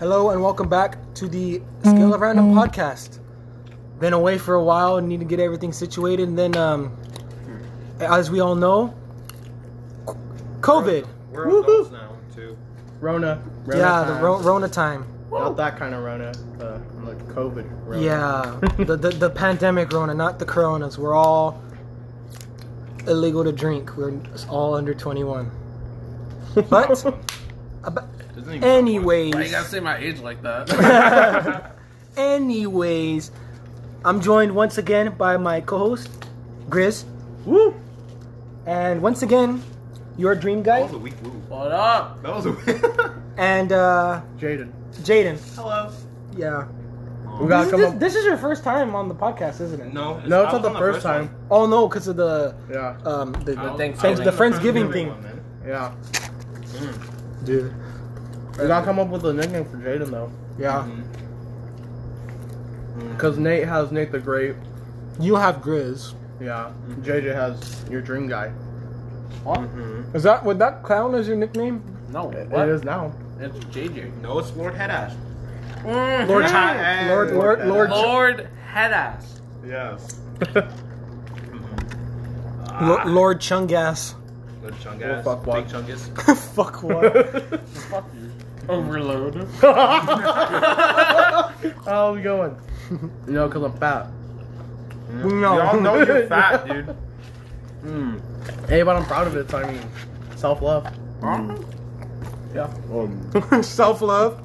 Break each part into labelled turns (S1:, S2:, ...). S1: Hello and welcome back to the Scale of Random podcast. Been away for a while and need to get everything situated. And then, um, as we all know, COVID.
S2: We're
S1: Woohoo.
S2: adults now too.
S3: Rona. Rona
S1: yeah, the
S3: times.
S1: ro- Rona time.
S3: Not that kind of Rona. Uh, like COVID. Rona.
S1: Yeah, the, the the pandemic Rona, not the Coronas. We're all illegal to drink. We're all under 21. But, ab-
S4: Doesn't even-
S1: anyways.
S4: Why you gotta say my age like that?
S1: Anyways, I'm joined once again by my co-host, Grizz,
S3: Woo.
S1: and once again, your dream
S2: That
S1: guy
S2: was a weak move.
S4: what up?
S2: That was a weak.
S1: and uh,
S3: Jaden.
S1: Jaden.
S2: Hello.
S1: Yeah,
S3: We gotta
S1: this,
S3: come
S1: this-
S3: up.
S1: this is your first time on the podcast, isn't it?
S2: No,
S3: No, it's
S2: I
S3: not
S2: was
S3: the
S2: on
S3: first time.
S2: one.
S1: Oh no, because of the
S3: Yeah.
S1: um the,
S4: I was-
S1: the,
S4: Thanksgiving.
S1: the Friendsgiving
S2: Friendsgiving
S1: thing,
S2: one, man.
S3: Yeah.
S1: dude.
S3: We gotta come up with a nickname for Jaden though,
S1: Yeah,
S3: because Nate has Nate the Great.
S1: you have Grizz.
S3: Yeah.
S5: Mm-hmm.
S3: JJ has your dream guy.
S2: Mm-hmm.
S4: What?
S1: Is that would that clown as your nickname?
S4: No,
S3: It-
S4: what?
S3: it is now.
S4: It's JJ.
S2: No, it's Lord Headass.
S1: Lord,
S2: Hi.
S1: Lord, Lord, Lord, Lord,
S4: Lord Headass.
S2: Yes. Ah,
S1: Lord, Lord Chungas.
S2: Lord Chungus.
S3: Well, fuck, what?
S2: Big Chungus.
S1: Fuck what?
S4: Fuck you. Overload.
S3: How's it going? no, because I'm fat.
S1: no,
S2: Y'all know you're fat, dude. Mm.
S3: Hey, but I'm proud of it. So I mean, self love. Yeah.
S1: self love.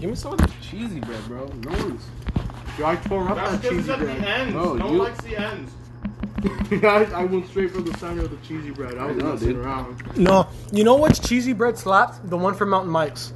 S4: Give me some of this cheesy bread, bro. No one's.
S5: I tore up
S2: That's
S5: that
S2: because it's
S5: cheesy
S2: at the
S5: bread.
S2: ends.
S5: Oh,
S2: no one
S5: you-
S2: likes the ends.
S5: I, I went straight for the center of the cheesy bread. I was
S4: know,
S5: messing
S4: dude.
S5: around.
S1: No, you know what's cheesy bread slaps? The one from Mountain Mike's.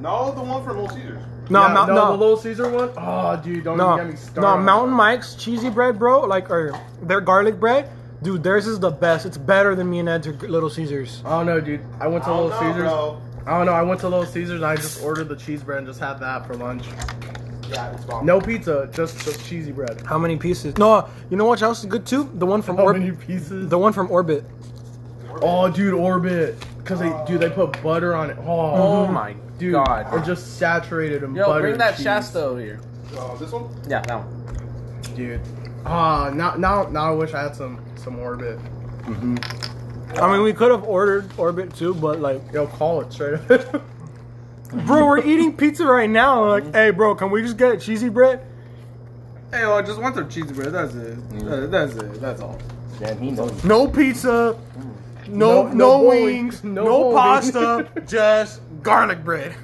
S2: No, the one from Little Caesars.
S1: No,
S3: Yeah,
S1: Mount,
S3: no,
S1: no,
S3: the Little Caesar one. Oh, dude, don't
S1: no,
S3: even get me
S1: no,
S3: started. on
S1: Mountain
S3: that.
S1: Mike's cheesy bread, bro. Like, or their garlic bread, dude. Theirs is the best. It's better than me and Ed's or Little Caesars.
S3: I don't know, dude. I went to
S2: I don't
S3: Little
S2: know,
S3: Caesars.
S2: bro.
S3: I don't know. I went to Little Caesars and I just ordered the cheese bread and just had that for lunch.
S2: Yeah, it's bomb.
S3: No pizza, just just cheesy bread.
S1: How many pieces? No, you know what else is good too? The one from
S3: How many
S1: Orbit.
S3: pieces?
S1: The one from Orbit.
S3: oh, dude, Orbit. Cause they, dude, they put butter on it. Oh,
S4: Oh my
S3: dude,
S4: god.
S3: it just saturated in
S4: Yo,
S3: butter.
S4: bring that
S3: cheese.
S4: Shasta over here.
S2: Uh, this one?
S4: Yeah, that one.
S3: dude. Ah, now, now, now I wish I had some some Orbit.
S1: I mean, we could have ordered Orbit too, but like,
S3: Yo, call it straight up.
S1: bro, we're eating pizza right now.
S3: Mm-hmm.
S1: Like, hey, bro, can we just get cheesy bread?
S5: Hey, I just want some cheesy bread. That's it. That's it. That's all.
S4: Damn, he knows.
S1: No pizza. No, no,
S3: No- no bowling.
S1: wings, no,
S3: No bowling.
S1: pasta, just garlic bread.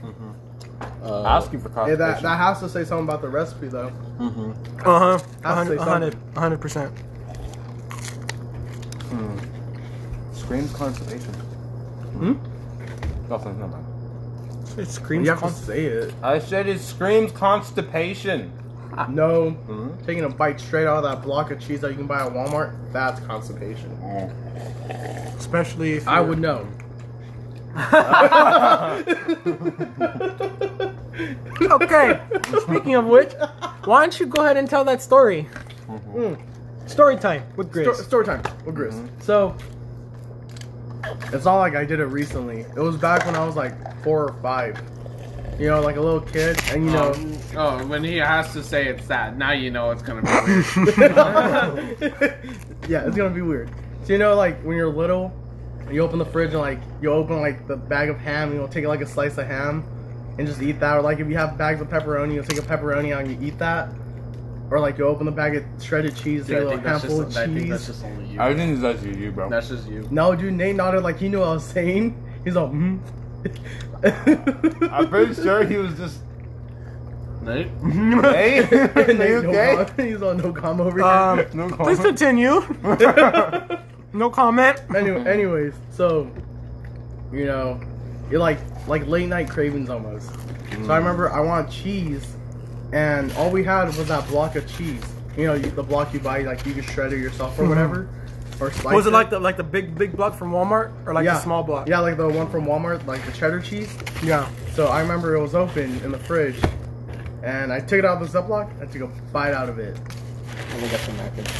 S4: Ask you for coffee.
S3: yeah, that that has to say something about the recipe though.
S1: Uh huh.
S3: I'll say
S1: 100, 100, 100%.
S4: screams conservation. Hmm? Nothing, nothing.
S1: It screams
S3: You have to
S1: constant.
S3: say it.
S4: I said it screams constipation.
S3: No,
S1: Mm-hmm.
S3: taking a bite straight out of that block of cheese that you can buy at Walmart, that's constipation.
S6: Oh.
S1: Especially if
S3: I
S1: you're-
S3: would know.
S1: Okay. Speaking of which, why don't you go ahead and tell that story? Mm-hmm. Mm. Story time with Grace.
S3: Sto- story time with Grizz.
S1: Mm-hmm.
S3: So, it's not like I did it recently. It was back when I was like four or five. You know, like a little kid, and you
S1: Uh,
S3: know,
S4: Um, oh, when he has to say it's that, now you know it's gonna be weird.
S3: yeah, it's gonna be weird. So you know, like when you're little, you open the fridge and like you open like the bag of ham, and you'll take like a slice of ham, and just eat that. Or like if you have bags of pepperoni, you'll take a pepperoni out and you eat that. Or like you open the bag of shredded cheese, take
S4: Dude,
S3: a
S4: I,
S3: little
S4: think that's
S3: handful
S4: just, I
S3: of
S4: think that's
S3: cheese.
S4: just only you.
S5: I think that's you, bro.
S4: That's just you.
S3: No, dude, Nate nodded like he knew what I was saying. He's like, hmm.
S5: I'm pretty sure he was just.
S4: Nate?
S5: Hey,
S3: Nate,
S5: are you
S3: no
S5: okay?
S3: com- He's on no com over here.
S1: um,
S5: No comment.
S1: please continue. no comment.
S3: anyway, anyways, so you know, you're like like late night cravings almost. So
S1: Mm.
S3: I remember I wanted cheese, and all we had was that block of cheese. You know, you, the block you buy, like you can shred it yourself or whatever, or slice.
S1: Mm-hmm. Was it like the like the big big block from Walmart or like
S3: yeah.
S1: the small block?
S3: Yeah, like the one from Walmart, like the cheddar cheese.
S1: Yeah.
S3: So I remember it was open in the fridge, and I took it out of the Ziploc. I took a bite out of it,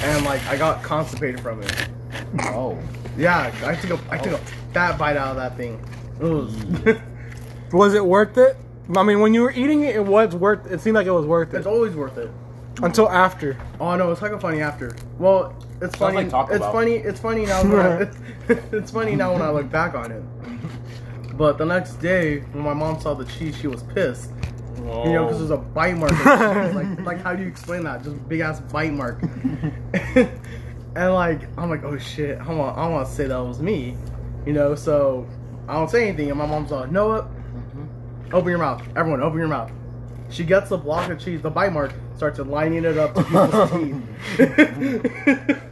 S3: and like I got constipated from it.
S4: Oh.
S3: Yeah, I took a I took a fat bite out of that thing. It was
S1: Was it worth it? I mean, when you were eating it, it was worth. It seemed like it was worth
S3: It's
S1: it
S3: always worth it.
S1: until after.
S3: Oh no, it's like a funny after. Well, it's funny.
S2: like Taco
S3: it's
S2: Bell.
S3: funny. It's funny now. When I, it's funny now when I look back on it. But the next day, when my mom saw the cheese, she was pissed. You
S6: Oh.
S3: know, because there's a bite mark. like, like, how do you explain that? Just big ass bite mark. and like, I'm like, oh shit, I want, I want to say that was me. You know, so I don't say anything, and my mom's like, no, what? Open your mouth, everyone, open your mouth. She gets the block of cheese, the bite mark, starts lining it up to people's teeth.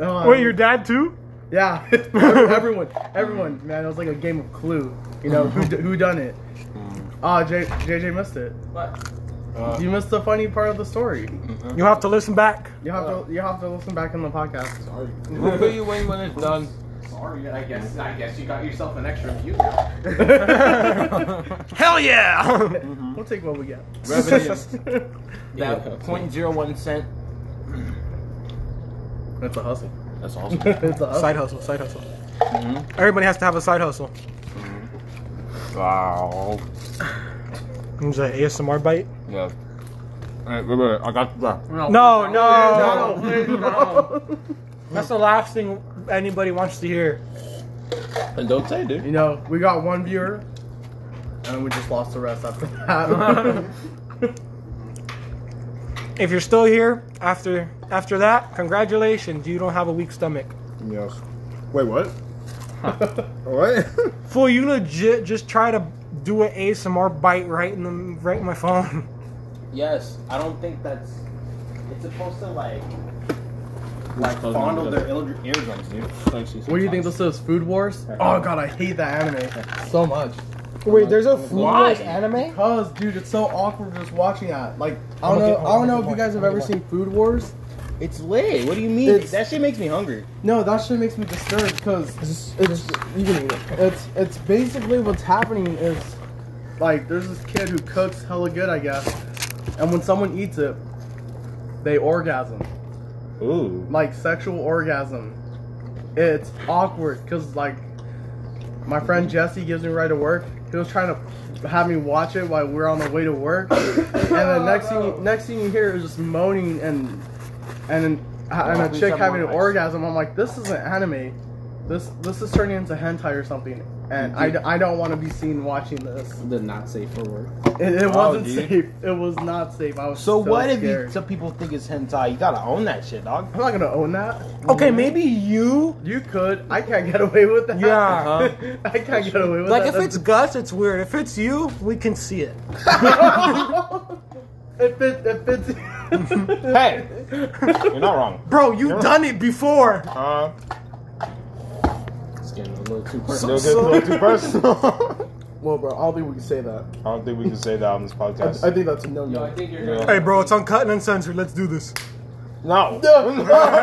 S3: Um,
S1: Wait, your dad too?
S3: yeah, everyone, everyone, man, it was like a game of Clue. You know who d- who done it?
S6: Mm.
S3: Ah, J JJ missed it.
S5: What?
S6: Uh,
S3: You missed the funny part of the story.
S6: Mm.
S1: You'll have to listen back.
S3: You have to you have to listen back in the podcast.
S6: We'll put you in when it's done.
S5: Sorry, I guess I guess you got yourself an extra view now.
S1: Hell yeah!
S3: We'll take what we get.
S6: Revenue.
S3: Yeah.
S6: That point zero one cent.
S3: That's a hustle.
S6: That's awesome.
S3: it's a hustle.
S1: side hustle, side hustle. Everybody has to have a side hustle.
S6: Wow.
S1: Was that ASMR bite?
S6: Yeah. Alright, wait, wait, I got that.
S1: Oh, No,
S4: no,
S1: no,
S4: please, no.
S1: That's the last thing anybody wants to hear.
S6: And don't say, dude.
S3: You know, we got one viewer, and we just lost the rest after that.
S1: If you're still here after after that, congratulations, you don't have a weak stomach.
S7: Yes. Wait, what? what?
S1: Fool, you legit just try to do an ASMR bite right in the right in my phone.
S6: Yes, I don't think that's.
S5: It's supposed to like
S6: Like
S5: fondle their elder
S6: eardrums, dude.
S3: what do you think this is? Food Wars? Oh god, I hate that anime so much.
S1: Wait, there's a food
S6: Why? Wars
S1: anime?
S3: Cause, dude, it's so awkward just watching that. Like, I
S1: I'm
S3: don't
S1: gonna
S3: know.
S1: get-
S3: I don't
S1: I'm gonna
S3: know
S1: get
S3: if you
S1: one.
S3: guys have
S1: I'm gonna
S3: ever
S1: get
S3: seen Food Wars.
S6: It's lit. What do you mean?
S3: It's-
S6: That shit makes me hungry.
S3: No, that shit makes me disturbed because it's you can eat it. It's it's basically what's happening is like there's this kid who cooks hella good, I guess, and when someone eats it, they orgasm,
S7: Ooh.
S3: like sexual orgasm. It's awkward because like my friend Jesse gives me right to work. He was trying to have me watch it while we are on the way to work, and the next thing you, next thing you hear is just moaning and and and a
S6: please
S3: chick
S6: have
S3: having an
S6: more ice.
S3: orgasm. I'm like, this is an anime. This this is turning into hentai or something, and I, d- I don't want to be seen watching this.
S6: Did not say for work.
S3: It, it
S6: Wow,
S3: wasn't
S6: Oh, dude.
S3: safe. It was not safe. I was
S6: So what if
S3: scared.
S6: you, some people think it's hentai? You gotta own that shit, dog.
S3: I'm not gonna own that.
S1: Okay, maybe you
S3: You could. I can't get away with that.
S1: Yeah.
S3: I can't get away with
S1: like
S3: that.
S1: if it's Gus, it's weird. If it's you, we can see it.
S3: if it if it's
S6: Hey, you're not wrong.
S1: Bro, you've done it before.
S7: Uh,
S6: It's getting a little too
S7: no
S6: personal.
S7: good, a little too personal.
S3: well, bro, I don't think we can say that.
S7: I don't think we can say that on this podcast.
S3: think that's a no
S5: No, I think you're
S7: Yeah.
S1: Hey, bro, it's uncut and uncensored. Let's do this.
S7: no.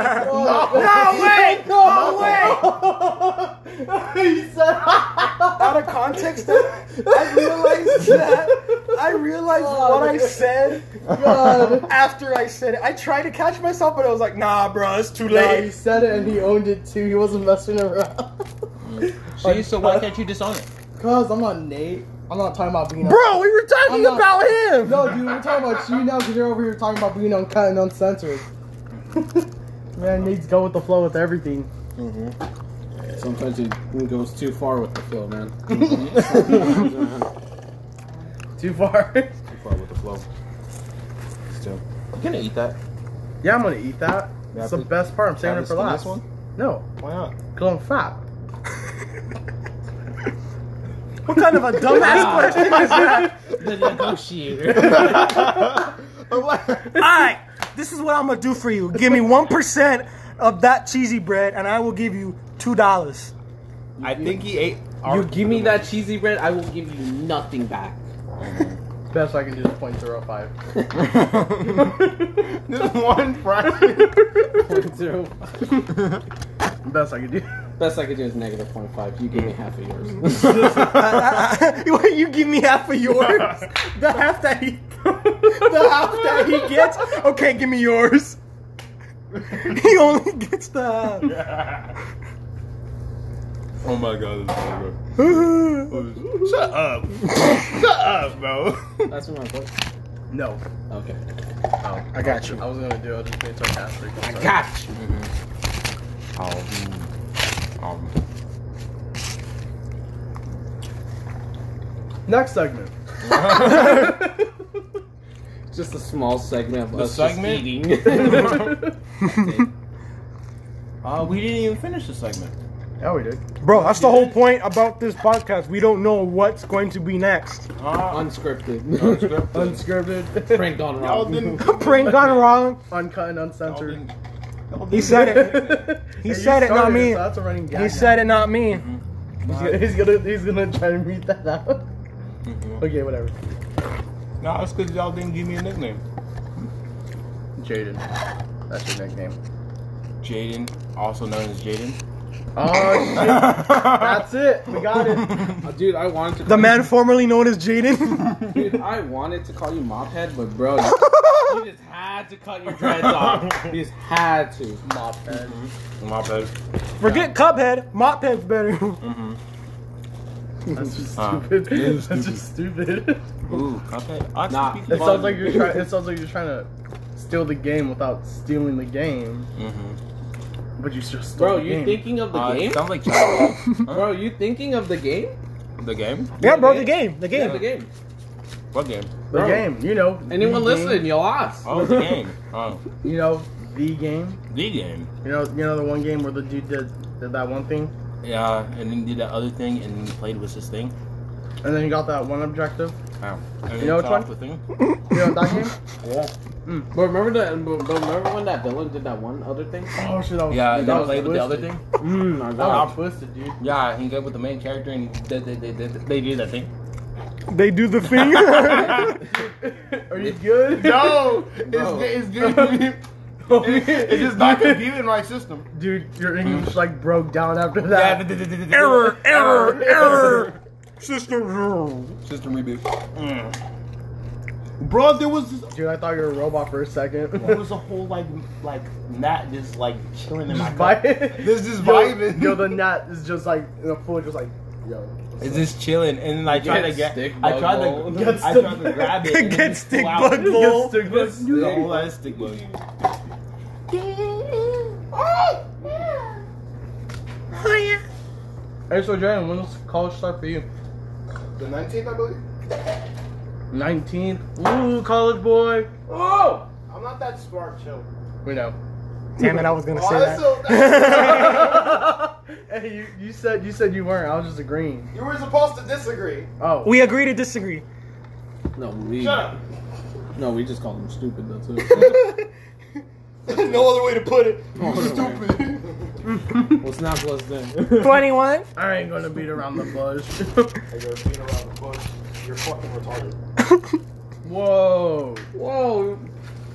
S1: No way! No way!
S3: he said.
S1: Out of context, I realized that. I realized what I said after I said it. I tried to catch myself, but I was like, nah, bro, it's too
S3: Nah, he said it and he owned it too. He wasn't messing around.
S6: See, so
S7: uh,
S6: why can't you disown it?
S3: Cause I'm not Nate. I'm not talking about being.
S1: Bro, we were
S3: I'm
S1: talking
S3: not-
S1: about him.
S3: No, dude, we're talking about you now because you're over here talking about being uncut and uncensored. Man, Nate's go with the flow with everything.
S6: Sometimes it goes too far with the flow, man.
S3: Too far.
S6: Too far with the flow.
S7: Still.
S6: I'm gonna eat that.
S3: yeah, I'm gonna eat that.
S7: Yeah,
S3: It's the
S7: please.
S3: best part. I'm saving
S6: Have
S3: it
S6: this
S3: for
S6: in
S3: last.
S6: this one?
S3: No,
S7: Why not?
S3: cause I'm fat.
S1: What kind of a dumbass question is that?
S6: The negotiator.
S1: All right, this is what I'm gonna do for you. Give me one percent of that cheesy bread, and I will give you two dollars.
S6: I think he ate.
S7: our-
S6: You Oh, give me that cheesy bread, I will give you nothing back.
S3: Best I can do is point zero five.
S7: Just one fraction.
S6: Zero.
S3: Best I can do.
S6: Best I could do is negative 0.5. You give me half of yours.
S1: you give me half of yours. The half that he, the half that he gets. Okay, give me yours. He only gets the half.
S7: Oh my god, this is so good. Shut up. Shut up, bro.
S6: That's in my book.
S3: No.
S6: Okay.
S3: I got you.
S5: I was gonna do it. I was just being sarcastic. I'm sorry.
S4: Gotcha.
S3: Next segment.
S6: Just a small segment of
S7: The
S6: us
S7: segment?
S6: just eating.
S7: Uh, we didn't even finish the segment.
S3: Yeah, we did.
S1: Bro, that's the whole point about this podcast. We don't know what's going to be next.
S7: Uh,
S6: Unscripted.
S3: Unscripted,
S6: Prank gone
S7: y'all
S6: wrong.
S7: didn't.
S1: Prank gone wrong.
S3: uncut, and
S7: y'all
S3: uncensored.
S7: didn't- y'all
S1: He
S7: didn't-
S1: said it.
S3: He
S1: said it, not me.
S3: So that's a running gag
S1: He
S3: now.
S1: said it, not me.
S3: He's gonna, he's gonna he's gonna try to read that out. Okay, whatever.
S7: Nah, it's because y'all didn't give me a nickname.
S3: Jaden, that's your nickname.
S7: Jaden, also known as Jaden.
S3: Oh shit! That's it. We got it.
S6: Uh,
S7: it.
S6: dude, I wanted to.
S1: The man formerly known as Jaden.
S6: Dude, I wanted to call you mop head, but bro, you you just had to cut your dreads off. You just had to.
S3: Mop head.
S7: My bad.
S1: Forget Cubhead. Mop head's better.
S3: That's just
S7: Ah,
S3: stupid.
S7: it is
S3: That's just stupid.
S7: Ooh, Cuphead. I
S6: Nah.
S7: speak
S3: It
S7: about-
S3: sounds like you're trying. It sounds like you're trying to steal the game without stealing the game,
S7: Mhm.
S3: but you still stole
S6: Bro,
S3: the
S6: you
S3: game.
S6: thinking of the
S7: Uh, it
S6: game?
S7: sounds like child.
S6: Bro, you thinking of the game?
S7: the game?
S1: Yeah, bro, the game. The game.
S6: the game.
S7: What game?
S3: the
S6: bro.
S3: game? You know.
S6: Anyone
S3: the game,
S6: listening, you lost.
S7: Oh, the game. Oh,
S3: You know the game.
S7: the game.
S3: You know. You know the one game where the dude did, did that one thing,
S7: Yeah, and then did that other thing, and then played with this thing.
S3: and then he got that one objective.
S7: Oh. And then
S3: You know which
S7: cut off
S3: one?
S7: The thing.
S3: You know that game?
S6: But remember that? But but remember when that villain did that one other thing?
S3: Oh shit! That was,
S7: Yeah, and
S3: that
S7: then
S3: was
S7: played with the other
S3: twisted.
S7: thing.
S6: Mmm, I
S3: That
S6: got
S3: was twisted, dude.
S7: Yeah, he got with the main character, and they they they, they, they did that thing.
S1: They do the thing.
S3: Are you good?
S2: No, it's, it's giving me. It's just not computing my system.
S3: Dude, your English like broke down after
S7: Yeah,
S3: that.
S7: they- they- they- they-
S1: error, error, error. System.
S7: System reboot. Mm.
S2: Bro, there was this,
S3: Dude, I thought you were a robot for a second.
S7: There was a whole like like gnat just like chilling in my
S3: just
S7: cup.
S3: vibing.
S2: this is
S3: Yo-
S2: vibing.
S3: Yo, the nut is just like in a pool, just like yo.
S7: It's just chilling, and then I tried to get.
S6: stick
S7: I tried
S6: bug
S7: to.
S6: bowl.
S3: Get
S7: I
S3: stick-
S7: tried to grab it. and
S1: Get
S7: it
S1: stick
S7: flew out.
S1: bug bowl.
S3: Stick bug.
S7: The whole ass stick bug.
S3: Hey, so Jaden, when does college start for you?
S2: The 19th, I believe.
S3: Nineteenth. Ooh, college boy.
S2: Oh, I'm not that smart, chill.
S3: We know.
S1: Damn it, I was gonna say
S2: Oh, that's
S1: that.
S2: so, that's-
S3: hey, you, you said you said you weren't. I was just agreeing.
S2: you were supposed to disagree.
S3: Oh,
S1: We agree to disagree.
S6: No, we
S2: Shut up.
S6: no, we just called him stupid. That's it.
S2: no other way to put it.
S6: Stupid. What's not plus then?
S1: 21.
S3: I ain't gonna beat around the bush.
S2: Hey, you're being around the bush. You're fucking retarded.
S3: Whoa.
S6: Whoa,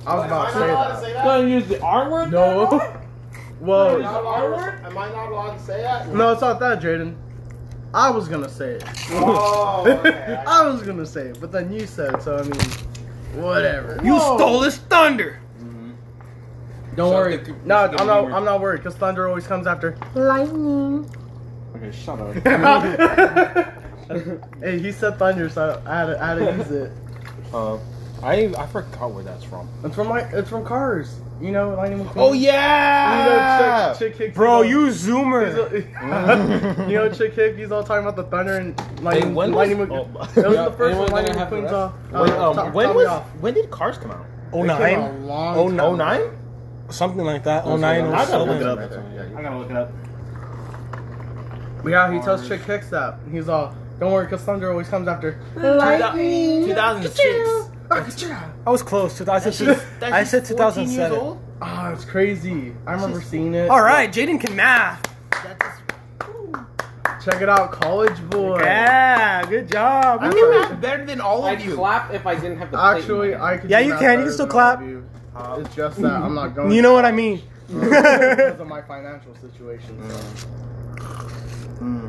S3: I was about to
S2: Am I not allowed
S3: say
S2: to
S3: that.
S2: say
S6: you gonna
S2: that?
S6: use the R word?
S3: No.
S2: Am I
S3: Whoa.
S2: not allowed to- am I not allowed to say that?
S3: No, it's not that, Jaden. I was gonna say it.
S2: Oh, okay. I-
S3: I was gonna say it, but then you said it, so I mean, whatever.
S1: You stole his thunder.
S6: Don't
S7: Shut
S6: worry.
S7: the com-
S3: No,
S7: the
S3: I'm not.
S7: computer.
S3: I'm not worried because thunder always comes after.
S6: Okay, shut up.
S3: hey, he said thunder, so I had to, I had to use it.
S7: Uh, I I forgot where that's from.
S3: It's from like it's from Cars. You know, Lightning McQueen.
S7: yeah.
S3: You know, Chick, Chick Hicks.
S1: Oh, Bro,
S3: is
S1: you
S3: all- he's
S1: zoomer.
S3: all- you know, Chick Hick. He's all talking about the thunder and
S7: Hey,
S3: lightning.
S7: when was,
S3: lightning
S7: oh,
S3: McQueen. That was
S6: Yeah,
S3: the first
S6: anyone
S3: one. Lightning
S6: gonna have the
S3: McQueen's
S6: rest?
S3: all.
S7: when, um,
S3: top-
S7: when
S3: top
S7: was
S3: Uh, off.
S7: when did Cars come out?
S3: It came
S1: 09.
S3: out a long
S1: Oh, no.
S7: Oh nine?
S1: Something like that. 09 or
S7: I gotta look it
S1: something.
S7: up. I gotta look it up.
S3: Yeah, he tells Chick Hicks that. He's all, don't worry, because Thunder always comes after.
S7: 2006.
S1: I was close. 2006. I said 2007.
S3: Ah, it's crazy. I remember seeing it.
S1: All right, Jaden can math.
S3: Check it out, College Boy.
S1: Yeah, good job.
S3: I
S1: Woo.
S3: thought-
S7: better than all
S6: I'd clap if I didn't have the plate in
S3: Actually,
S6: my hand.
S3: I could
S1: Yeah,
S3: do
S1: you
S3: that
S1: can. You
S3: better
S1: can still
S3: than all of
S1: clap.
S3: you. It's just that I'm not going
S1: You know what I mean.
S3: because of my financial situation. so.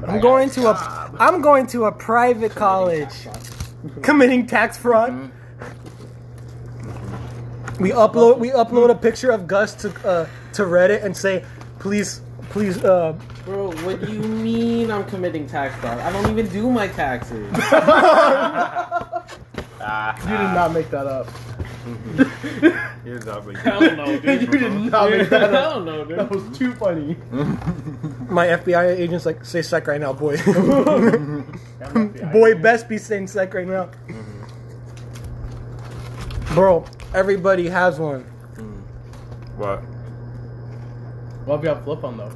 S1: I'm going to a I'm going to a private college committing tax fraud. We upload we upload a picture of Gus to uh, to Reddit and say, "Please Please, uh,
S6: Bro, what do you mean I'm committing tax fraud? I don't even do my taxes.
S3: You did not make that up.
S7: Mm. Mm-hmm. You're not making
S4: Hell no,
S3: You
S4: dude.
S3: did not make that up.
S6: Hell no, dude.
S3: That was too funny.
S1: my FBI agent's like, say psych right now, boy.
S3: Boy,
S1: boy, best be saying psych right now. Bro, everybody has one.
S7: What?
S3: what if you have flip on though?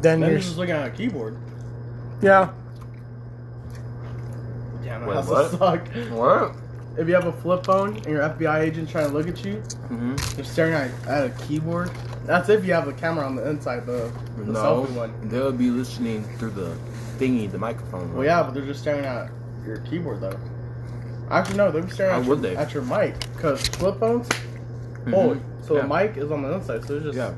S1: Then
S3: Then
S1: you're,
S3: you're just looking at a keyboard.
S1: yeah.
S3: Damn,
S7: Wait,
S3: that has
S7: what?
S3: to suck.
S7: What?
S3: If you have a flip phone and your FBI agent trying to look at you,
S7: Mm-hmm.
S3: they're staring at, at a keyboard. That's if you have a camera on the inside, the, the
S7: No,
S3: selfie one.
S7: they'll be listening through the thingy, the microphone.
S3: Well, yeah, but they're just staring at your keyboard though. Actually, no, they're staring
S7: How
S3: at,
S7: would
S3: your,
S7: they?
S3: at your mic because flip phones. Oh, so
S7: Yeah.
S3: the mic is on the inside, so it's just
S7: Yeah.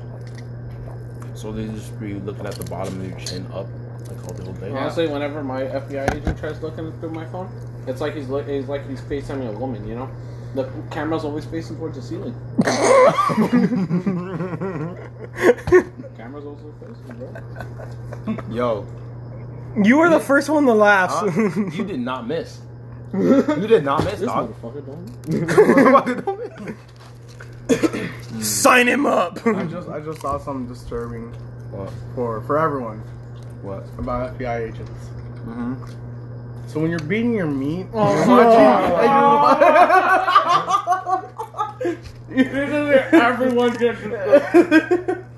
S7: So they just be looking at the bottom of your chin up, like all the whole day.
S6: Honestly, whenever my FBI agent tries looking through my phone, it's like he's look, it's like he's FaceTiming a woman, you know? The camera's always facing towards the ceiling. camera's also facing, bro.
S7: Yo,
S1: You were the first one to laugh.
S7: huh? you did not miss. You did not miss,
S6: This
S7: dog.
S6: motherfucker don't.
S1: Sign him up.
S3: I just I just saw something disturbing
S7: What?
S3: for for everyone
S7: What?
S3: about FBI agents.
S7: Mm-hmm.
S3: So when you're beating your meat,
S4: Everyone gets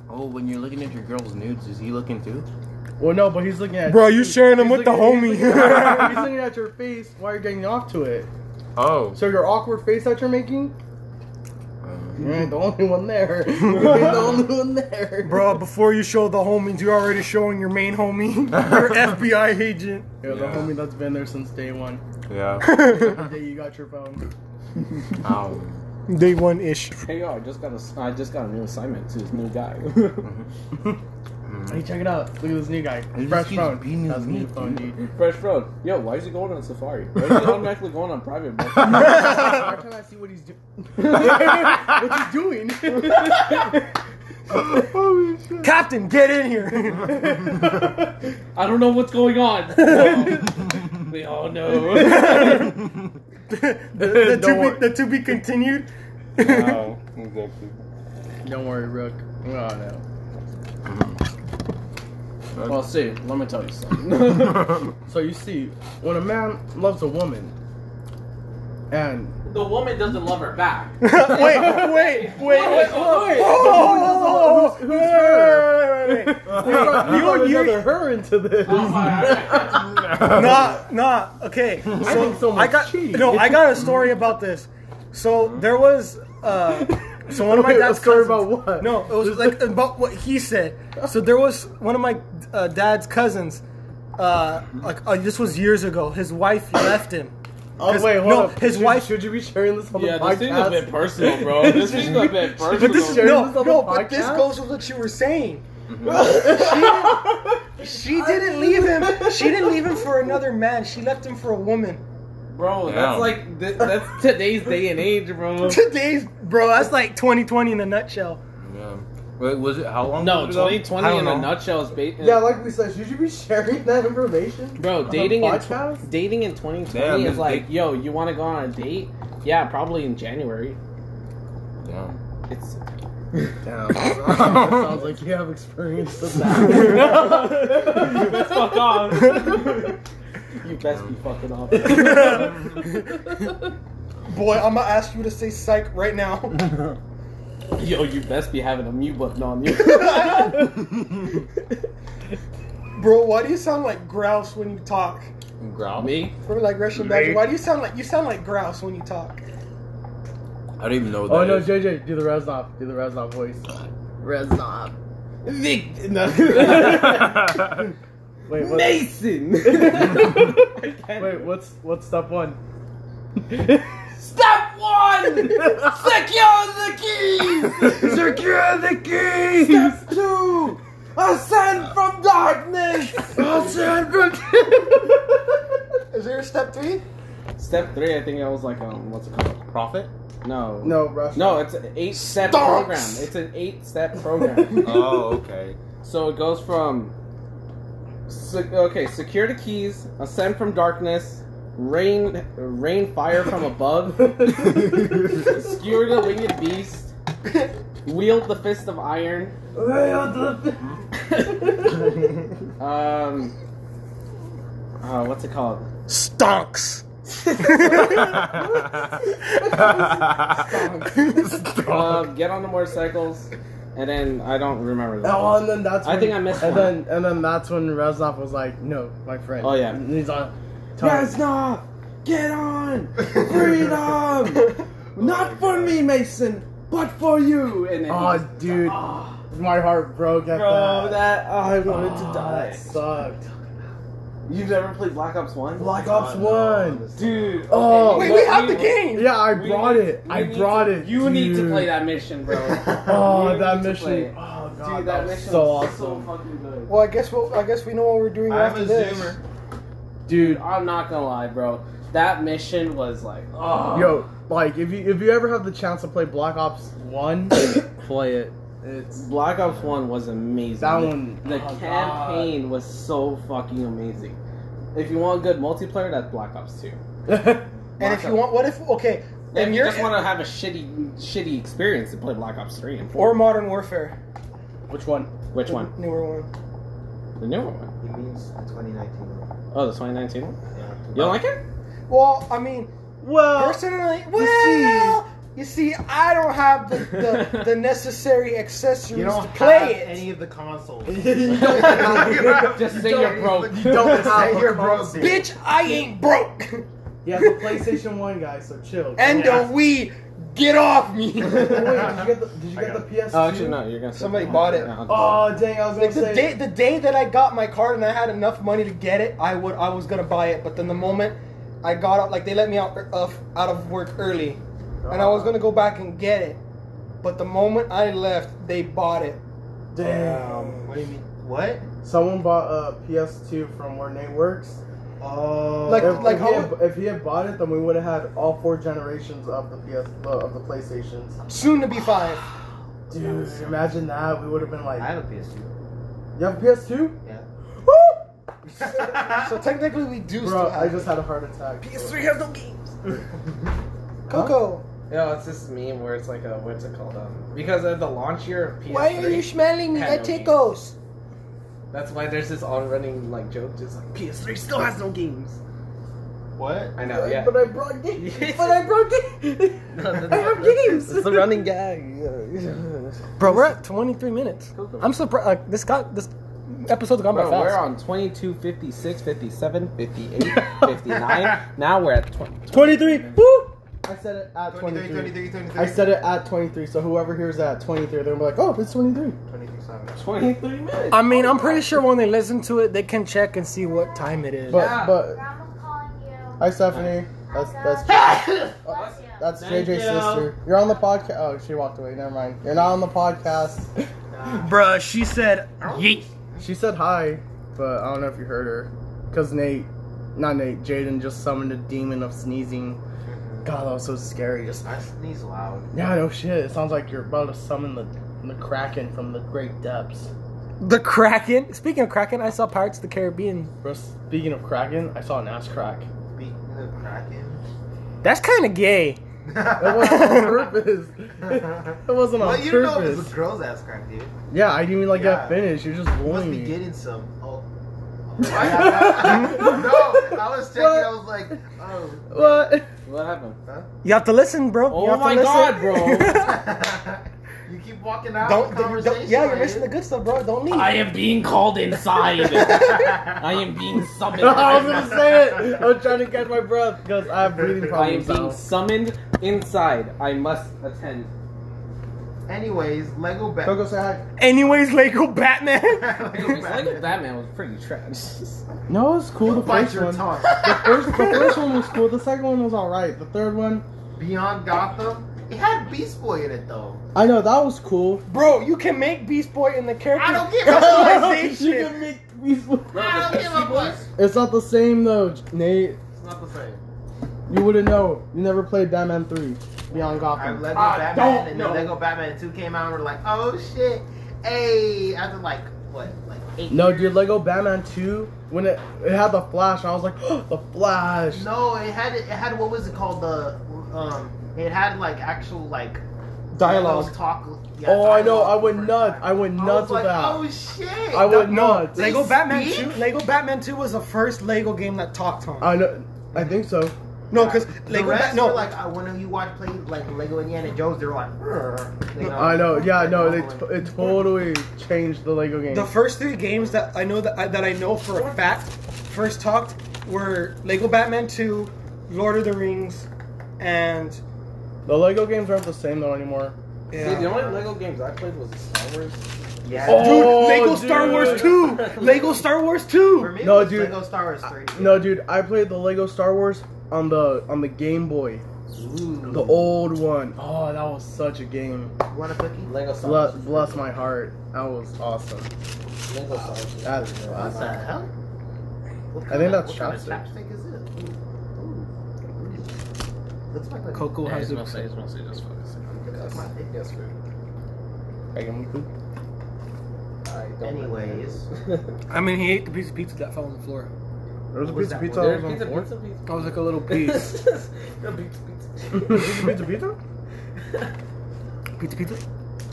S7: Oh, when you're looking at your girl's nudes, is he looking too?
S3: well, no, but he's looking at
S1: Bro, you sharing him
S3: he's
S1: with the
S3: looking-
S1: homie.
S3: He's looking, at, he's looking at your face while you're getting off to it.
S7: Oh.
S3: So your awkward face that you're making,
S7: Um,
S3: you ain't the only one there. You ain't the only one there,
S1: Bro, before you show the homies, you're already showing your main homie, your FBI agent.
S3: You're the
S7: Yeah.
S3: homie that's been there since day one.
S7: yeah.
S3: The day you got your phone.
S7: Ow.
S1: Day one ish.
S6: Hey yo, I just got a, I just got a new assignment to this new guy.
S3: Hey, check it out. Look at this new guy.
S7: just
S3: Fresh
S7: keeps
S3: phone.
S7: beating his
S3: That's new
S7: meat,
S3: phone,
S7: dude.
S3: dude.
S6: Fresh road. Yo, why is he going on Safari? Why is he automatically going on private, bro?
S3: How can I see what he's doing? what he's doing?
S1: Captain, get in here.
S6: I don't know what's going on. Well, we all know.
S1: the,
S3: Don't
S1: to
S3: worry.
S1: be, the to be continued.
S7: Ow. Exactly.
S3: Don't worry, Rook. Oh no.
S6: well, see, let me tell you something.
S3: So you see, when a man loves a woman, and
S6: The woman doesn't love her back.
S1: wait, wait, wait, wait. Oh,
S3: who's her?
S1: wait, wait, wait, wait.
S3: you are
S1: you're-
S3: another her into this.
S1: Nah, nah. Okay, so
S3: think someone
S1: I got
S3: cheated.
S1: no. I got a story about this. So there was. Uh, so one of my
S3: Wait, a
S1: dad's cousins-
S3: story about what?
S1: No, it was like about what he said. So there was one of my uh, dad's cousins. Uh, like uh, this was years ago. His wife left him.
S3: Oh wait, hold
S1: no,
S3: up.
S1: his
S3: should,
S1: wife-
S3: Should you be sharing this on
S6: yeah,
S3: the
S6: this
S3: podcast?
S6: thing's a bit personal, bro. This thing's a bit personal.
S1: But this
S3: Sharing
S1: no,
S3: this on
S1: no.
S3: the
S1: But this
S3: podcast?
S1: goes with what you were saying. she, didn't- she didn't leave him. She didn't leave him for another man. She left him for a woman.
S6: bro,
S7: Yeah.
S6: that's like th- that's today's day and age, bro.
S1: Today's bro, that's like 2020 in a nutshell.
S7: Yeah. Wait, was it how long?
S6: No,
S7: was it ago?
S6: 2020 in a nutshell is ba- uh,
S3: Yeah, like we said, should you be sharing that information?
S6: bro, dating in tw-
S3: podcast?
S6: dating in 2020
S7: Damn,
S6: is
S7: this
S6: like,
S7: big-
S6: yo, you want to go on a date? Yeah, probably in January.
S7: Yeah.
S6: It's
S3: Sounds like you have experience with that.
S6: best fuck off. you best be fucking off.
S1: Boy, I'm gonna ask you to say psych right now.
S6: yo, you best be having a mute button on you.
S1: Bro, why do you sound like grouse when you talk?
S7: Growl.
S6: Me?
S1: Bro, like Russian badger, why do you sound like you sound like grouse when you talk?
S7: I don't even know what
S3: oh
S7: that
S3: no,
S7: is.
S3: JJ, do the Reznov, do the Reznov voice. Reznov.
S6: Vic. No.
S3: Wait, what,
S6: Mason.
S3: wait, what's what's step one?
S6: Step one. Secure the keys.
S7: Secure the keys!
S6: Step two. Ascend from darkness.
S1: Is there a step three?
S6: Step three, I think it was like um, what's it called?
S7: Profit?
S6: No.
S3: No, Reznov.
S6: No, it's an eight-step program. It's an eight-step program.
S7: Oh, okay.
S6: So it goes from se- okay, secure the keys, ascend from darkness, rain, rain fire from above, skewer the winged beast, wield the fist of iron. um, uh, what's it called?
S1: Stonks.
S6: Uh, get on the motorcycles, and then I don't remember that.
S3: Oh, and then that's
S6: I
S3: when,
S6: think I missed
S3: And
S6: one.
S3: then and then that's when Reznov was like, "No, my friend."
S6: Oh, yeah.
S3: And he's on.
S6: Reznov, get on! Freedom! Not for me, Mason, but for you! And then
S3: Oh,
S6: he just-
S3: dude,
S6: Ah,
S3: my heart broke at
S6: bro,
S3: that.
S6: that, oh, I wanted to die.
S3: that sucked.
S6: You've never played Black Ops 1?
S3: Black Ops One.
S6: Dude.
S3: Oh,
S6: okay,
S3: wait, we
S6: you-
S2: have the game.
S3: Yeah, I
S6: we
S3: brought
S6: need-
S3: it.
S6: we
S3: I
S6: need
S3: brought
S6: to-
S3: it.
S6: You need to
S3: dude.
S6: play that mission, bro.
S3: Oh,
S6: You
S3: that
S6: need to play it.
S3: mission. Oh god, that
S6: Dude, that
S3: was
S6: mission
S3: so
S6: was
S3: awesome,
S6: so fucking good.
S1: Well, I guess we'll, I guess we know what we're doing
S7: I'm
S1: after
S7: a
S1: this.
S7: zoomer.
S3: dude.
S6: I'm not gonna lie, bro. That mission was like, oh.
S3: Yo, like if you if you ever have the chance to play Black Ops One, play it. It's
S6: Black Ops 1 was amazing.
S3: that
S6: The-
S3: one.
S6: The
S3: oh,
S6: campaign was so fucking amazing. If you want good multiplayer, that's Black Ops 2.
S3: God.
S1: And if you want, what if okay?
S6: If
S1: And
S6: you
S1: you're
S6: just want to have a shitty, shitty experience, and play Black Ops 3 and 4.
S1: or Modern Warfare,
S3: Which one?
S6: Which one?
S1: newer one.
S6: The newer one.
S2: He means the 2019 one.
S6: Oh, the 2019 one?
S2: Yeah.
S6: You don't like it?
S1: Well, I mean,
S3: Well,
S1: personally, well, you see, I don't have the, the, the necessary accessories
S2: You don't
S1: to play
S2: have
S1: it.
S2: any of the consoles.
S6: Just say you're broke.
S2: You don't have your
S1: Bitch, I ain't broke,
S3: he has a PlayStation One guy, so chill.
S1: and the Wii, get off me.
S3: Wait, did you get the, did you get the PS2?
S6: Oh, actually, no, you're gonna say
S1: Somebody bought it.
S3: Oh, dang, I was gonna
S1: Like the
S3: say.
S1: day, the day that I got my card and I had enough money to get it, I would, I was gonna buy it. But then the moment I got out, like they let me out er- of out of work early, and I was gonna go back and get it. But the moment I left, they bought it.
S3: Damn.
S2: What do you mean? What?
S3: Someone bought a PS2 from where Nate works.
S2: Oh.
S1: Like-
S3: if,
S1: like
S3: if
S1: how-
S3: he had, if he had bought it, then we would have had all four generations of the PS uh, of the PlayStations.
S1: Soon to be five.
S3: Dude, imagine that. We would have been
S2: I
S3: like,
S2: have a PS2.
S3: you have a PS2?
S2: Yeah.
S3: Woo!
S1: So technically, we do still
S3: Bro,
S1: have.
S3: I just had a heart attack. PS3.
S1: Coco,
S5: Yo, it's this meme where it's like a what's it called? Um, because of the launch year of PS3.
S1: why are you smelling me? I
S5: Hello.
S1: tickles.
S5: That's why there's this on-running like joke, just like PS3 still has no games.
S7: What?
S5: I know, yeah.
S3: But I brought games.
S1: But I broke it. I have games.
S5: It's a running gag.
S1: Bro, we're at 23 minutes. I'm surprised. Like, this got this episode's gone by
S6: Bro, we're
S1: fast.
S6: on 22, 56, 57, 58, 59. now we're at 20.
S1: 23. Woo!
S3: I said it
S6: uh,
S3: at
S7: 23,
S3: 23.
S7: 23, 23.
S3: I said it at 23, so whoever hears that at 23, they're gonna be like, oh, it's 23.
S2: 23 7.
S6: 23 minutes.
S1: I mean, I'm pretty sure when they listen to it, they can check and see what time it is.
S3: But,
S6: Yeah.
S3: but,
S8: Grandma's calling you.
S3: hi, Stephanie. That's, that's,
S8: Bless you.
S3: that's JJ's
S6: Thank you.
S3: sister. You're on the podcast. Oh, she walked away. Never mind. You're not on the podcast.
S1: Bruh, she said, yeet.
S3: She said hi, but I don't know if you heard her. Because Nate, not Nate, Jaden just summoned a demon of sneezing. God, that was so scary. Just,
S2: I sneeze loud.
S3: yeah, no shit. It sounds like you're about to summon the, the Kraken from the great depths.
S1: The Kraken. Speaking of Kraken, I saw Pirates of the Caribbean.
S3: Bro, speaking of Kraken, I saw an ass crack.
S2: Beating the Kraken.
S1: That's kind of gay.
S3: It wasn't on purpose. It wasn't on
S2: well, you know it
S3: purpose.
S2: was a girl's ass crack, dude.
S3: yeah, I didn't even like
S2: Yeah.
S3: that finish. You're just
S2: You must
S3: blowing
S2: be
S3: me.
S2: getting some. Oh. Oh, I- I- I- no, I was checking. I was like, oh.
S3: What?
S6: What happened?
S1: You have to listen, bro. You
S6: Oh
S1: have to
S6: my God, bro.
S2: you keep walking out.
S1: don't,
S2: of
S1: don't,
S2: conversation,
S1: yeah, you're
S2: like,
S1: missing the good stuff, bro. Don't leave.
S6: I am being called inside. I am being summoned.
S3: I was gonna say it. I was trying to catch my breath because I have breathing
S6: I am
S3: problems.
S6: being
S3: now.
S6: summoned inside. I must attend.
S2: Anyways, Lego Bat.
S3: Coco, say hi.
S1: Anyways, Lego Batman.
S6: Anyways, Lego
S2: Lego Batman.
S6: Batman was pretty trash.
S3: No, it's cool. The
S2: Bite
S3: first
S2: your
S3: one.
S2: tongue.
S3: The first, the first one was cool. The second one was all right. The third one,
S2: Beyond Gotham. It had Beast Boy in it though.
S3: I know that was cool.
S1: bro, you can make Beast Boy in the character.
S2: I don't give a fuck.
S3: You
S1: Customization.
S3: can make these-
S2: I don't give a fuck.
S3: It's not the same though, Nate.
S2: It's not the same.
S3: You wouldn't know. You never played Batman Three Beyond
S2: I
S3: Gotham.
S2: Lego
S6: I
S2: Batman
S6: don't
S2: and
S6: know.
S2: then Lego Batman 2 came out and we're like, oh shit. Hey, after like
S9: what, like eight?
S3: No,
S9: years?
S3: dude, Lego Batman 2, when it, it had the Flash, I was like, the Flash.
S9: No, it had it had what was it called? The um, it had like actual like
S1: Dialogue.
S9: those talk. yeah,
S3: oh, I know.
S9: dialogue
S3: I
S9: for
S3: went
S9: the first
S3: nuts.
S9: time.
S3: I went
S9: I
S3: nuts
S9: was like,
S3: with that.
S9: Oh shit!
S3: I went
S1: No,
S3: nuts.
S1: Lego Batman
S9: speak?
S1: 2. Lego Batman 2 was the first Lego game that talked on.
S3: I know. I think so.
S1: no, because
S9: The
S1: Lego
S9: rest
S1: Bat- no,
S9: were like I when you watch play like Lego Indiana Jones, they're like. "Rrr," you
S3: I know. Yeah, no, they
S9: Like,
S3: t- it totally changed the Lego game.
S1: the first three games that I know that I, that I know for a fact first talked were Lego Batman 2, Lord of the Rings, and
S3: the Lego games aren't the same though anymore.
S1: yeah.
S6: the only Lego games I played was Star Wars.
S9: yeah.
S1: Dude,
S3: Oh,
S1: Lego Star
S3: dude.
S1: Wars 2! Lego Star Wars 2!
S9: For me,
S3: No,
S9: it was
S3: dude.
S9: Lego Star Wars three.
S3: No, dude, I played the Lego Star Wars on the on the Game Boy,
S9: Ooh.
S3: the old one. Oh, that was such a game.
S9: You want a cookie?
S6: Lego Star
S3: Bless,
S6: Wars.
S3: bless my heart. That was awesome.
S6: Lego Star Wars.
S3: That is
S9: What the
S3: awesome.
S9: hell? What
S3: uh, I think
S9: kind of-
S3: that's
S9: what kind of
S3: chapstick.
S9: chapstick is it? Ooh. Ooh. Looks like a
S1: Coco
S4: Yeah, it's
S1: has a
S4: mostly, it's mostly just focusing on
S9: looks like my dick.
S6: Yes, food. I don't
S9: Anyways,
S1: I mean, he ate the piece of pizza that fell on the floor.
S3: There was a
S9: What was
S3: piece of
S9: that
S3: pizza. I
S9: one?
S3: was on
S6: There's pizza,
S3: fourth.
S6: pizza, pizza.
S1: That was like a little piece.
S6: No, pizza, pizza.
S3: Pizza, pizza, pizza.
S1: pizza, pizza.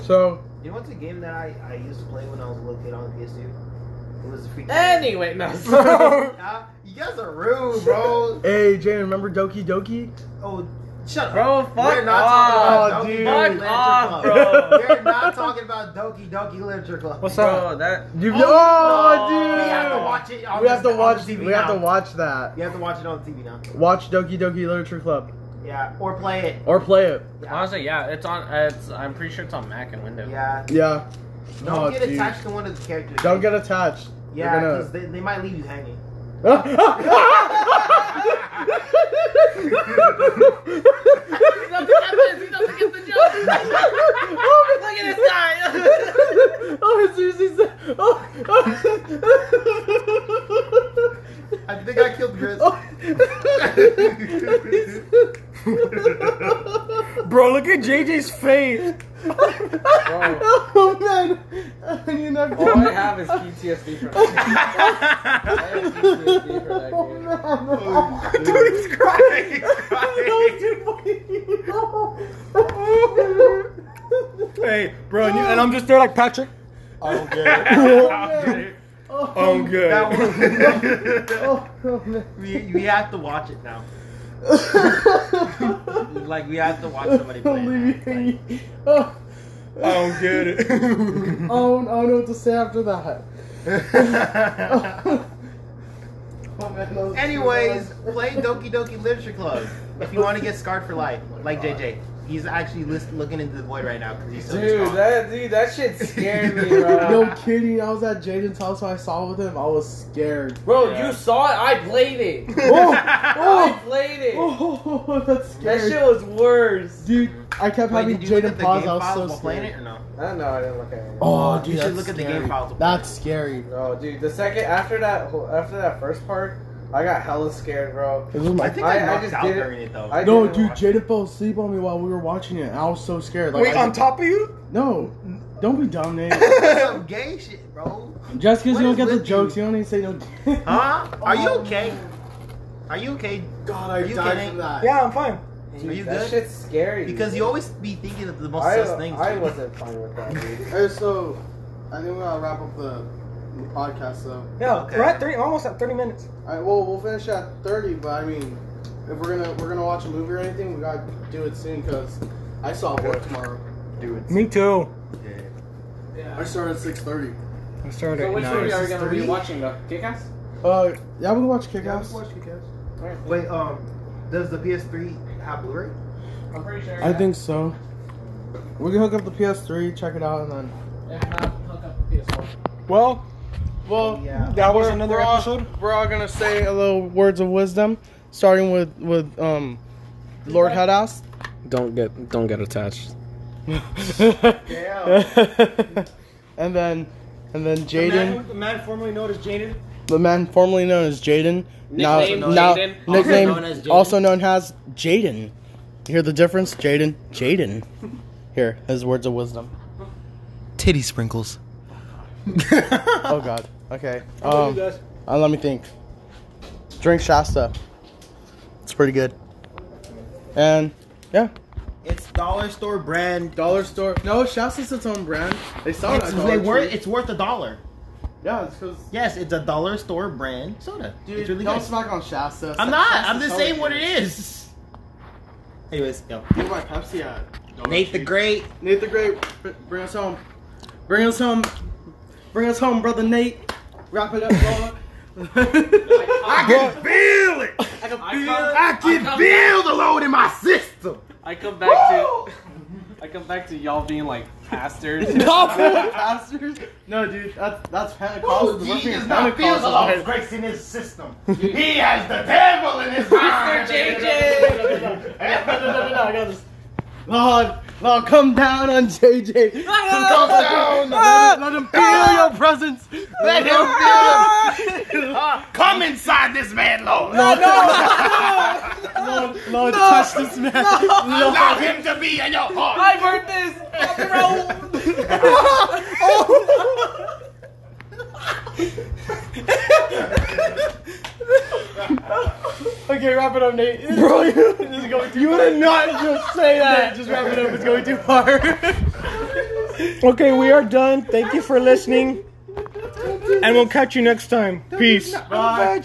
S3: So
S9: you know what's a game that I, I used to play when I was a little kid on the PS2? It was a freaking.
S6: Anyway, no.
S9: Uh, you guys are rude, bro.
S3: Hey, Jane, remember Doki Doki?
S9: oh, shut up.
S6: Bro, fuck
S9: We're not
S6: off.
S3: Oh,
S9: talking
S3: dude.
S9: about
S6: Fuck
S9: Doki Doki Literature
S6: off,
S9: Club.
S6: bro.
S9: We're not talking about Doki Doki Literature Club.
S1: What's up?
S6: Bro, that.
S3: You, oh,
S9: We
S3: dude!
S9: have to watch it. On
S3: We have
S9: this-
S3: to
S9: on
S3: watch.
S9: the TV
S3: We have
S9: now.
S3: to watch that.
S9: You have to watch it on TV now.
S3: Watch Doki Doki Literature Club
S9: Yeah, or play it.
S3: or play it.
S4: Honestly, yeah, it's on. It's I'm pretty sure it's on Mac and Windows.
S9: Yeah.
S3: Yeah.
S9: Don't
S3: Oh,
S9: get
S3: dude.
S9: attached to one of the characters.
S3: Don't get attached. You're
S9: Yeah,
S3: gonna- Oh,
S9: because they, they might leave you hanging.
S3: oh, seriously, sir. Oh, oh.
S2: I think I killed Grizz.
S1: Bro, look at JJ's face.
S3: oh man, I need that.
S6: All I have is PTSD from that. I have PTSD for that
S3: Oh,
S6: game.
S3: man.
S1: Hey, bro, and, you, and I'm just there like Patrick. I'm good.
S9: That was,
S3: Oh, oh, man.
S9: we, we have to watch it now. Like we have to watch somebody play.
S3: Don't leave
S9: it now.
S3: me hanging. Oh,
S1: I don't get it.
S3: oh, I don't know what to say after that. Oh, man, that was-
S9: Like- anyways, play Doki Doki Literature Club if you want to get scarred for life, like JJ. He's actually list- looking into the void right now because he's so
S6: Dude,
S9: strong.
S6: that dude, that shit scared me, bro.
S3: No kidding, I was at Jaden's house when I saw with him. I was scared.
S6: Bro, you saw it. I played it.
S3: Oh,
S6: I
S3: oh,
S6: played it.
S3: oh, that's
S6: That
S3: scary.
S6: shit was worse.
S3: Dude, I kept
S9: Wait,
S3: having
S9: did you look
S3: Jaden
S9: at the
S3: pause.
S9: game
S3: I was
S9: files
S3: so
S9: while
S3: scared.
S9: playing it or no?
S6: I don't know. I didn't look at it.
S3: Oh,
S9: You
S3: dude,
S9: should
S3: that's
S9: look at the
S3: scary.
S9: game files.
S3: That's scary.
S6: No, dude. The second after that, whole- after that first part, I got hella scared, bro.
S3: This was my.
S9: I think I,
S6: I- I
S9: knocked
S6: just
S9: out
S6: did it.
S9: during it though.
S6: I
S3: no,
S6: didn't
S3: dude,
S6: watch-
S3: Jaden fell asleep on me while we were watching it. and I was so scared. Like,
S1: Wait,
S3: I-
S1: on top of you?
S3: No, don't be dominated.
S9: That's some gay shit, bro.
S3: Just because
S9: What
S3: you don't
S9: is
S3: get the
S9: with
S3: jokes, you don't need to say no.
S9: Huh? Are you okay? Are you okay?
S2: God,
S9: Are you kidding?
S2: that.
S1: Yeah, I'm fine.
S9: Are you
S6: that
S9: good?
S6: shit's scary.
S9: Because
S6: dude.
S9: you always be thinking of the most
S6: I, uh,
S9: sus things.
S6: I
S9: dude.
S6: wasn't fine with that, dude.
S2: Hey, so I think we're gonna wrap up the, the podcast though.
S1: Yeah,
S9: Okay.
S1: we're at 30, almost at 30 minutes.
S2: All right, well, we'll finish at thirty, but I mean, if we're gonna we're gonna watch a movie or anything, we gotta do it soon because I saw work tomorrow.
S1: Me too.
S2: I start at six thirty.
S1: I started
S6: So
S1: at
S6: which
S1: nine.
S6: movie are we gonna be
S9: Three?
S6: watching though? Kick-Ass?
S3: Uh, yeah, we can watch Kick-Ass.
S9: Wait, um, does the PS3 have Blu-ray?
S6: I'm pretty sure.
S3: I think so. We can hook up the PS3, check it out, and then.
S6: If not, hook up the PS4.
S3: Well, well,
S9: Yeah.
S3: that
S1: was
S3: we're-
S1: another
S3: we're all-
S1: episode.
S3: we're all gonna say a little words of wisdom, starting with with um, Lord Headass.
S6: Don't get don't get attached.
S3: and then, and then
S1: The
S3: Jaden,
S1: man, the man formerly known as Jaden.
S3: the man formerly known as Jaden, now
S6: Nicknamed
S3: now
S6: Jaden. Also
S3: nicknamed
S9: known as Jaden.
S3: also known as Jaden. You hear the difference, Jaden? Jaden. Here, his words of wisdom.
S9: Titty sprinkles.
S3: Oh God. Okay.
S2: Oh,
S3: Um,
S2: you guys-
S3: uh, let me think. Drink Shasta. It's pretty good. And yeah,
S9: It's dollar store brand.
S3: dollar store. No, Shasta's its own brand. They sell it.
S9: It's,
S3: at Dollar
S9: they wor-
S3: Tree.
S9: it's worth a dollar.
S3: Yeah, it's because.
S9: Yes, it's a dollar store brand soda.
S3: Dude,
S9: it's really
S3: don't
S9: good.
S3: smack on Shasta.
S9: I'm not. I'm
S3: Shasta's
S9: just
S3: so
S9: saying what
S3: good.
S9: it is. Anyways, go.
S2: Where my Pepsi
S3: uh,
S2: at? Don't
S9: Nate the
S2: you-
S9: Great.
S2: Nate the Great, br- bring us home.
S3: Bring us home. Bring us home, brother Nate.
S2: Wrap it up, dog.
S3: I can feel it.
S4: I
S3: can feel the load in my system.
S4: I come back to I come back to y'all being like pastors.
S3: Pastors? No, dude, that's that's Pentecostal. We're being Pentecostal.
S9: grace in his system.
S2: he has the devil in his mind.
S3: I got this. Lord, Lord, come down on JJ. come down. Let, him feel your presence. Let him
S2: Come inside this man, Lord.
S3: feel. Lord, Lord touch this man. Lord.
S2: Allow him to be in your heart.
S6: I heard this.
S3: Okay, wrap it up, Nate. Bro, you, this is going too you did not just say that. just wrap it up. It's going too far.
S1: Okay, we are done. Thank you for listening. And we'll catch you next time. Peace.
S3: Bye.